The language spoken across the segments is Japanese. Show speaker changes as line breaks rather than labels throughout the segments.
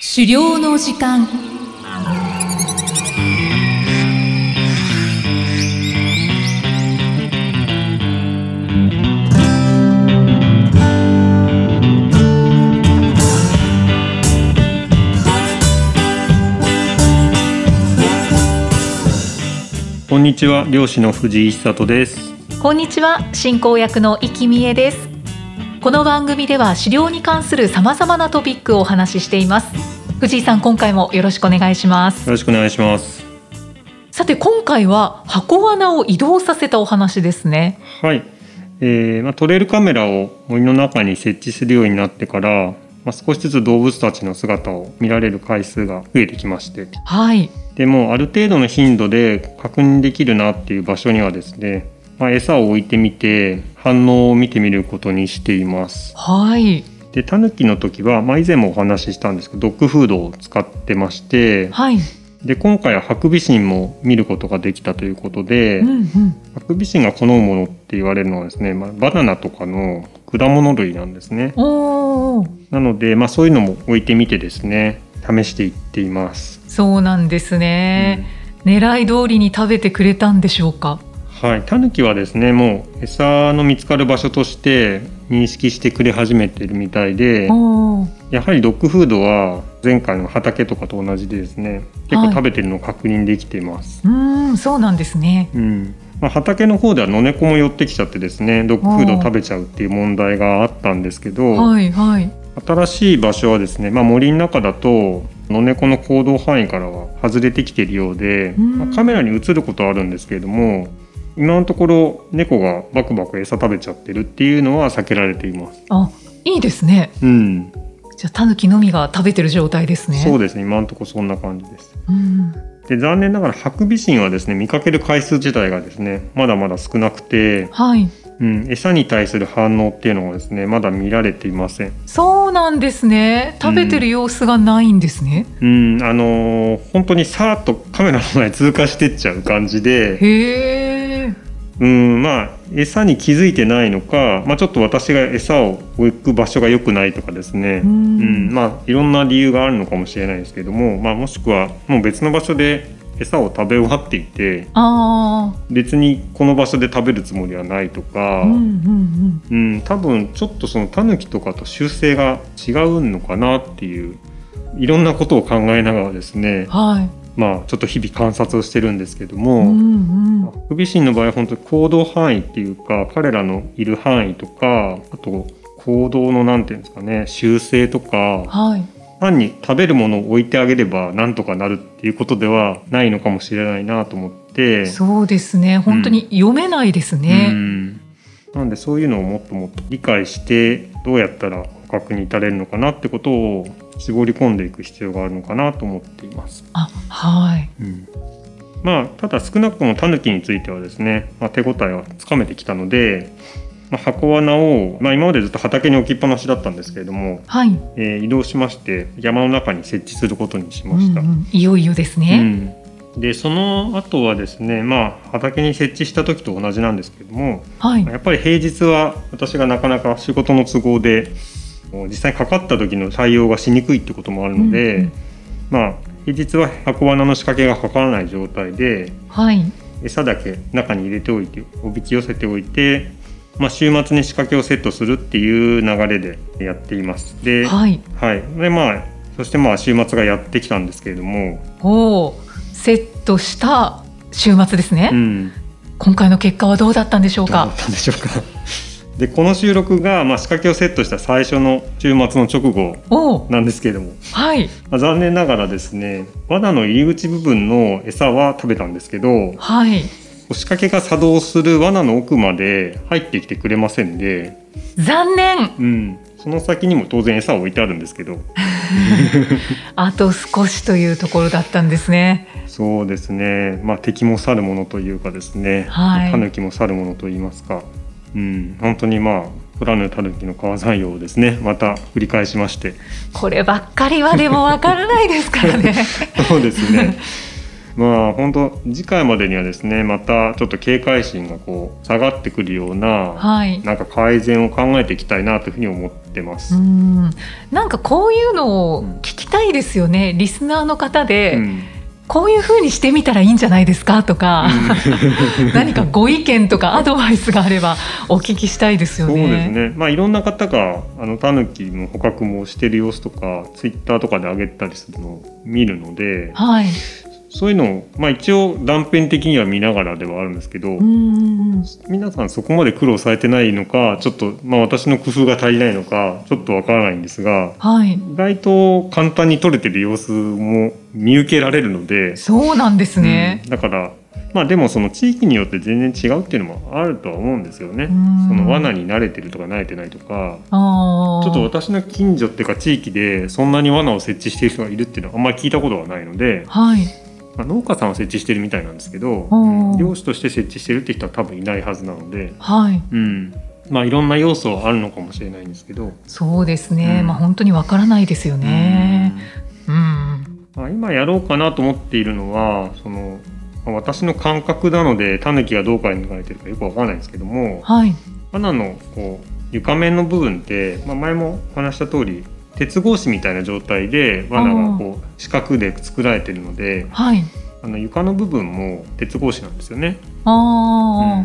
狩猟の時間
こんにちは漁師の藤井久人です
こんにちは進行役の生きみえですこの番組では狩猟に関するさまざまなトピックをお話ししています藤井さん今回もよろしくお願いします
よろしくお願いします
さて今回は箱罠を移動させたお話ですね
はい、えーまあ、トレイルカメラを森の中に設置するようになってから、まあ、少しずつ動物たちの姿を見られる回数が増えてきまして
はい
でもうある程度の頻度で確認できるなっていう場所にはですね、まあ、餌を置いてみて反応を見てみることにしています
はい
でタヌキの時は、まあ、以前もお話ししたんですけどドッグフードを使ってまして
はい
で今回はハクビシンも見ることができたということで、
うんうん
ハクビシンが好むものって言われるのはですね、まあ、バナナとかの果物類なんですね
おー
なので、まあ、そういうのも置いてみてですね試していっています、
そうなんですね、狙い通りに食べてくれたんでしょうか
うんはいタヌキはですねもう餌の見つかる場所として認識してくれ始めてるみたいで
おー
やはりドッグフードは前回の畑とかと同じでですね結
は
構
い
食べてるのを確認できています、
うーんそうなんですね
うんまあ、畑の方では野猫も寄ってきちゃってですねドッグフードを食べちゃうっていう問題があったんですけど、
はいはい
新しい場所はですね、まあ、森の中だと野猫の行動範囲からは外れてきているようで、
うん
まあカメラに映ることはあるんですけれども今のところ猫がバクバク餌食べちゃってるっていうのは避けられています。
あいいですね
うん、
じゃあタヌキのみが食べてる状態ですね
そうですね今のところそんな感じです。
うん
で残念ながらハクビシンはですね見かける回数自体がですねまだまだ少なくて、
はい
うん、餌に対する反応っていうのがですねまだ見られていません。
そうなんですね食べてる様子がないんですね、
うん、あのー本当にさーっとカメラの前通過してっちゃう感じで、
へえ
うんまあ餌に気づいてないのか、まあ、ちょっと私が餌を置く場所が良くないとかですね、
う
うんんまあ、いろんな理由があるのかもしれないですけども、まあ、もしくはもう別の場所で餌を食べ終わっていて
あ
別にこの場所で食べるつもりはないとか、
あうんうんうん
うん、多分ちょっとそのタヌキとかと習性が違うのかなっていういろんなことを考えながらですね、
はい
まあ、ちょっと日々観察をしてるんですけど
う
も。
んうん
ハクビシンの場合は本当に行動範囲っていうか彼らのいる範囲とかあと行動のなんていうんですかね習性とか
はい
単に食べるものを置いてあげればなんとかなるっていうことではないのかもしれないなと思って
そうですね本当に読めないです
う
ね、
んなんでそういうのをもっともっと理解してどうやったら捕獲に至れるのかなってことを絞り込んでいく必要があるのかなと思っています。
あはい
うんまあ、ただ少なくともタヌキについてはですね、まあ、手応えはつかめてきたので、まあ、箱罠を、まあ、今までずっと畑に置きっぱなしだったんですけれども、
はい、
えー移動しまして山の中に設置することにし
う
まし
ん
た。
うん、いよいよです
う
ね、
んでその後はですね、まあ、畑に設置した時と同じなんですけれども
はい
やっぱり平日は私がなかなか仕事の都合でもう実際かかった時の対応がしにくいってこともあるので、
うんうん
まあ平日は箱罠の仕掛けがかからない状態で
はい
餌だけ中に入れておいておびき寄せておいて、まあ、週末に仕掛けをセットするっていう流れでやっています。で,、は
はい
いでまあ、そしてまあ週末がやってきたんですけれども、
おおセットした週末ですね、
うん、ど
今回の結果はどうだったんでしょう
うだ
か
ったんでしょうか。でこの収録が、まあ、仕掛けをセットした最初の週末の直後
おお
なんですけれども、
はい
まあ、残念ながらですね罠の入り口部分の餌は食べたんですけど
はい
仕掛けが作動する罠の奥まで入ってきてくれませんで、
残念
うん、その先にも当然餌は置いてあるんですけど
あと少しというところだったんですね
そうですね、まあ、敵も去るものというかですね、
はい
タヌキも去るものといいますか、うん、本当にまあ取らぬタヌキの川山用をですねまた繰り返しまして
こればっかりはでもわからないですからね
そうですねまあ本当次回までにはですねまたちょっと警戒心がこう下がってくるような、
はい
なんか改善を考えていきたいなというふうに思ってま
う
す。
んなんかこういうのを聞きたいですよねリスナーの方で、
うん
こういうふうにしてみたらいいんじゃないですかとか、 何かご意見とかアドバイスがあればお聞きしたいですよ
そう
ね。
ですね、まあ、いろんな方があのタヌキの捕獲もしてる様子とかツイッターとかで上げたりするのを見るので
はい。
そういうのを、まあ、一応断片的には見ながらではあるんですけど、
うん。
皆さんそこまで苦労されてないのかちょっと、まあ、私の工夫が足りないのかちょっとわからないんですが
はい。
意外と簡単に撮れてる様子も見受けられるので、
そうなんですね。
うんだからまあでもその地域によって全然違うっていうのもあるとは思うんですよね。
うん
その罠に慣れてるとか慣れてないとか
ああ。
ちょっと私の近所っていうか地域でそんなに罠を設置している人がいるっていうのはあんまり聞いたことがないので、
はい。
まあ農家さんは設置してるみたいなんですけど、
うん
うん漁師として設置してるって人は多分いないはずなので、
はい。
うん、まあいろんな要素はあるのかもしれないんですけど、
そうですね。
うん
まあ本当にわからないですよね。うん。
まあ、今やろうかなと思っているのはそのまあ私の感覚なのでタヌキがどう考えてるかよくわからないんですけども
はい。
花のこう床面の部分って、まあ、前もお話しした通り鉄格子みたいな状態で罠がこう四角で作られてるので
はい。
あの床の部分も鉄格子なんですよね、
あ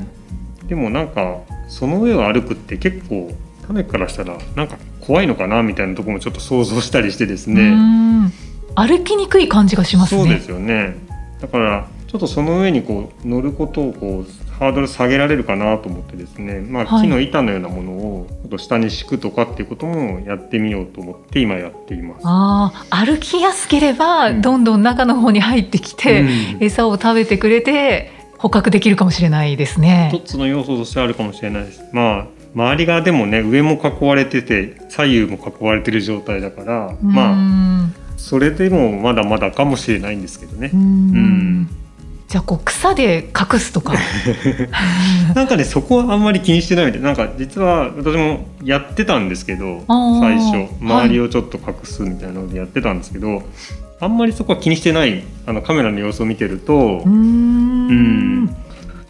うんでもなんかその上を歩くって結構タヌキからしたらなんか怖いのかなみたいなところもちょっと想像したりしてです
あ。
ね、
うん。歩きにくい感じがしますね。
そうですよねだからちょっとその上にこう乗ることをこうハードル下げられるかなと思ってですね、まあ、
はい
木の板のようなものをちょっと下に敷くとかっていうこともやってみようと思って今やっています。
ああ。歩きやすければ
うん
どんどん中の方に入ってき
う
て、
ん
餌を食べてくれて捕獲できるかもしれないです
一
ね。
つの要素としてあるかもしれないです。まあ周りがでもね上も囲われてて左右も囲われてる状態だから、
う
まあ
ん
それでもまだまだかもしれないんですけどね
う。ん
ん
じゃあこう草で隠す とか。
なんかねそこはあんまり気にしてないみたいなんか実は私もやってたんですけど
あー
最初
はい
周りをちょっと隠すみたいなのでやってたんですけど、あんまりそこは気にしてないあのカメラの様子を見てると、
うーん
うん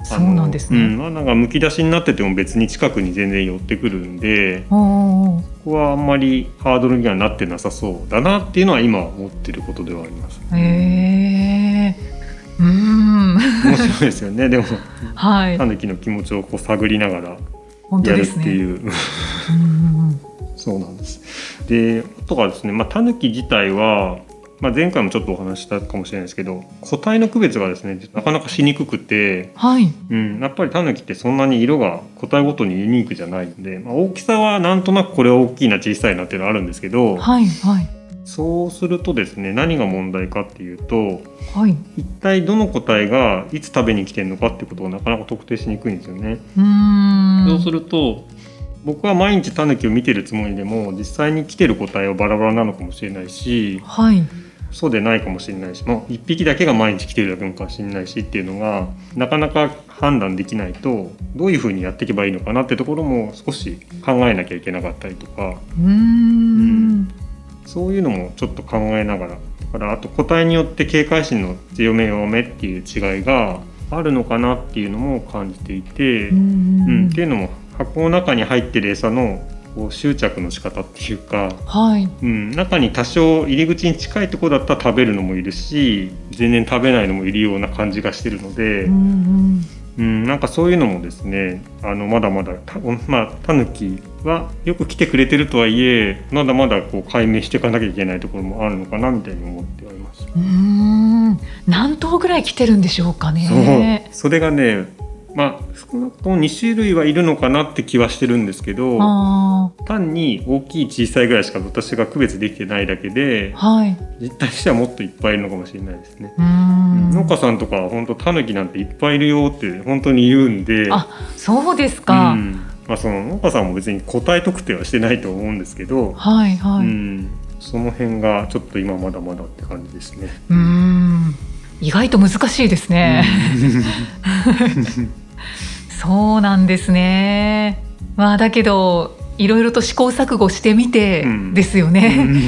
あ
そ
の
うなんです
うん
ね。
まあなんかむき出しになってても別に近くに全然寄ってくるんで
おー
ここはあんまりハードルにはなってなさそうだなっていうのは今思ってることではあります。
えーうーん
面白いですよね でも
はい
タヌキの気持ちをこう探りながら
本当
やる
で
っ
す
て
ね。
いう。
うんうん
そうなんです。で、あとはですね、まあ、タヌキ自体は、まあ、前回もちょっとお話ししたかもしれないですけど、個体の区別がですね、なかなかしにくくて、
はい
うん、やっぱりタヌキってそんなに色が個体ごとにユニークじゃないんで、まあ、大きさはなんとなくこれは大きいな小さいなっていうのはあるんですけど、
はいはい
そうするとですね、何が問題かっていうと、
はい。
一体どの個体がいつ食べに来てるのかってことをなかなか特定しにくいんですよね。
うーん
そうすると僕は毎日タヌキを見てるつもりでも実際に来てる個体はバラバラなのかもしれないし
はい
そうでないかもしれないし、まあ、1匹だけが毎日来てるだけかもしれないしっていうのがなかなか判断できないとどういうふうにやっていけばいいのかなってところも少し考えなきゃいけなかったりとか
うーん
そういうのもちょっと考えながらだからあと個体によって警戒心の強め弱めっていう違いがあるのかなっていうのも感じていて。
うーん
うん、っていうのも箱の中に入ってる餌のこう執着の仕方っていうか、
はい
うん、中に多少入り口に近いところだったら食べるのもいるし全然食べないのもいるような感じがしてるので、
う
うん
んうん
なんかそういうのもですねあのまだまだた、まあ、タヌキはよく来てくれてるとはいえまだまだこう解明していかなきゃいけないところもあるのかなみたいに思ってはいます。
うーん何頭ぐらい来てるんでしょうかね。
そうそれがねまあ少なくとも2種類はいるのかなって気はしてるんですけど。
あ
単に大きい小さいぐらいしか私が区別できてないだけで
あはい。
実態としてはもっといっぱいいるのかもしれないですね。
うーん
農家さんとかは本当タヌキなんていっぱいいるよって本当に言うんで、
あそうです
う
か。
んまあ、その農家さんも別に個体特定はしてないと思うんですけど、
はいはい。
うん、その辺がちょっと今まだまだって感じですね。
うーん意外と難しいですね。そうなんですね。まあだけどいろいろと試行錯誤してみて
うん
ですよ
う
ね。
ん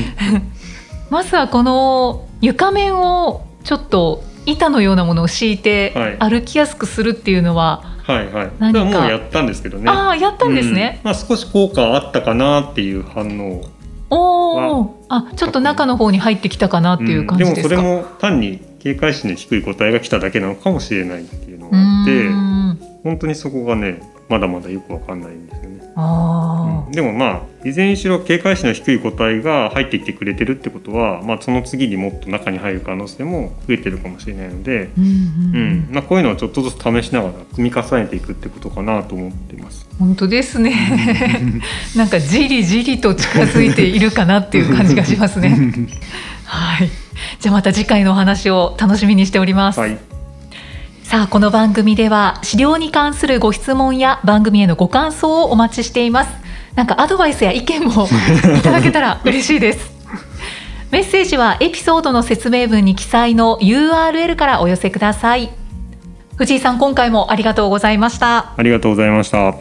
まずはこの床面をちょっと板のようなものを敷いて
は
歩きやすくするっていうのは、
はいはい。だか
何から
もうやったんですけどね。
ああやったんですね。
うんまあ、少し効果あったかなっていう反応
おお
は
ーあちょっと中の方に入ってきたかなっていう感じですか、
うん、でもそれも単に警戒心の低い個体が来ただけなのかもしれないっていうのがあって本当にそこがねまだまだよくわかんないんですよね。
あ
うんでもまあいずれにしろ警戒心の低い個体が入ってきてくれてるってことは、まあ、その次にもっと中に入る可能性も増えてるかもしれないので、
ーうんうん
う
うん
んまあ、こういうのをちょっとずつ試しながら組み重ねていくってことかなと思っています。
本当ですね なんかじりじりと近づいているかなっていう感じがしますねはいじゃあまた次回のお話を楽しみにしております、
はい、
さあこの番組では資料に関するご質問や番組へのご感想をお待ちしていますなんかアドバイスや意見 もいただけたら嬉しいですメッセージはエピソードの説明文に記載の URL からお寄せください藤井さん今回もありがとうございました
ありがとうございました。